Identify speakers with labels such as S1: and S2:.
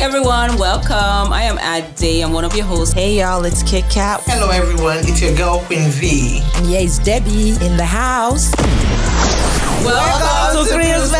S1: everyone, welcome. I am Ade. I'm one of your hosts.
S2: Hey y'all, it's Kit Kat.
S3: Hello, everyone. It's your girl Queen V.
S2: And yeah, it's Debbie in the house.
S1: Welcome,
S3: Welcome to Queen's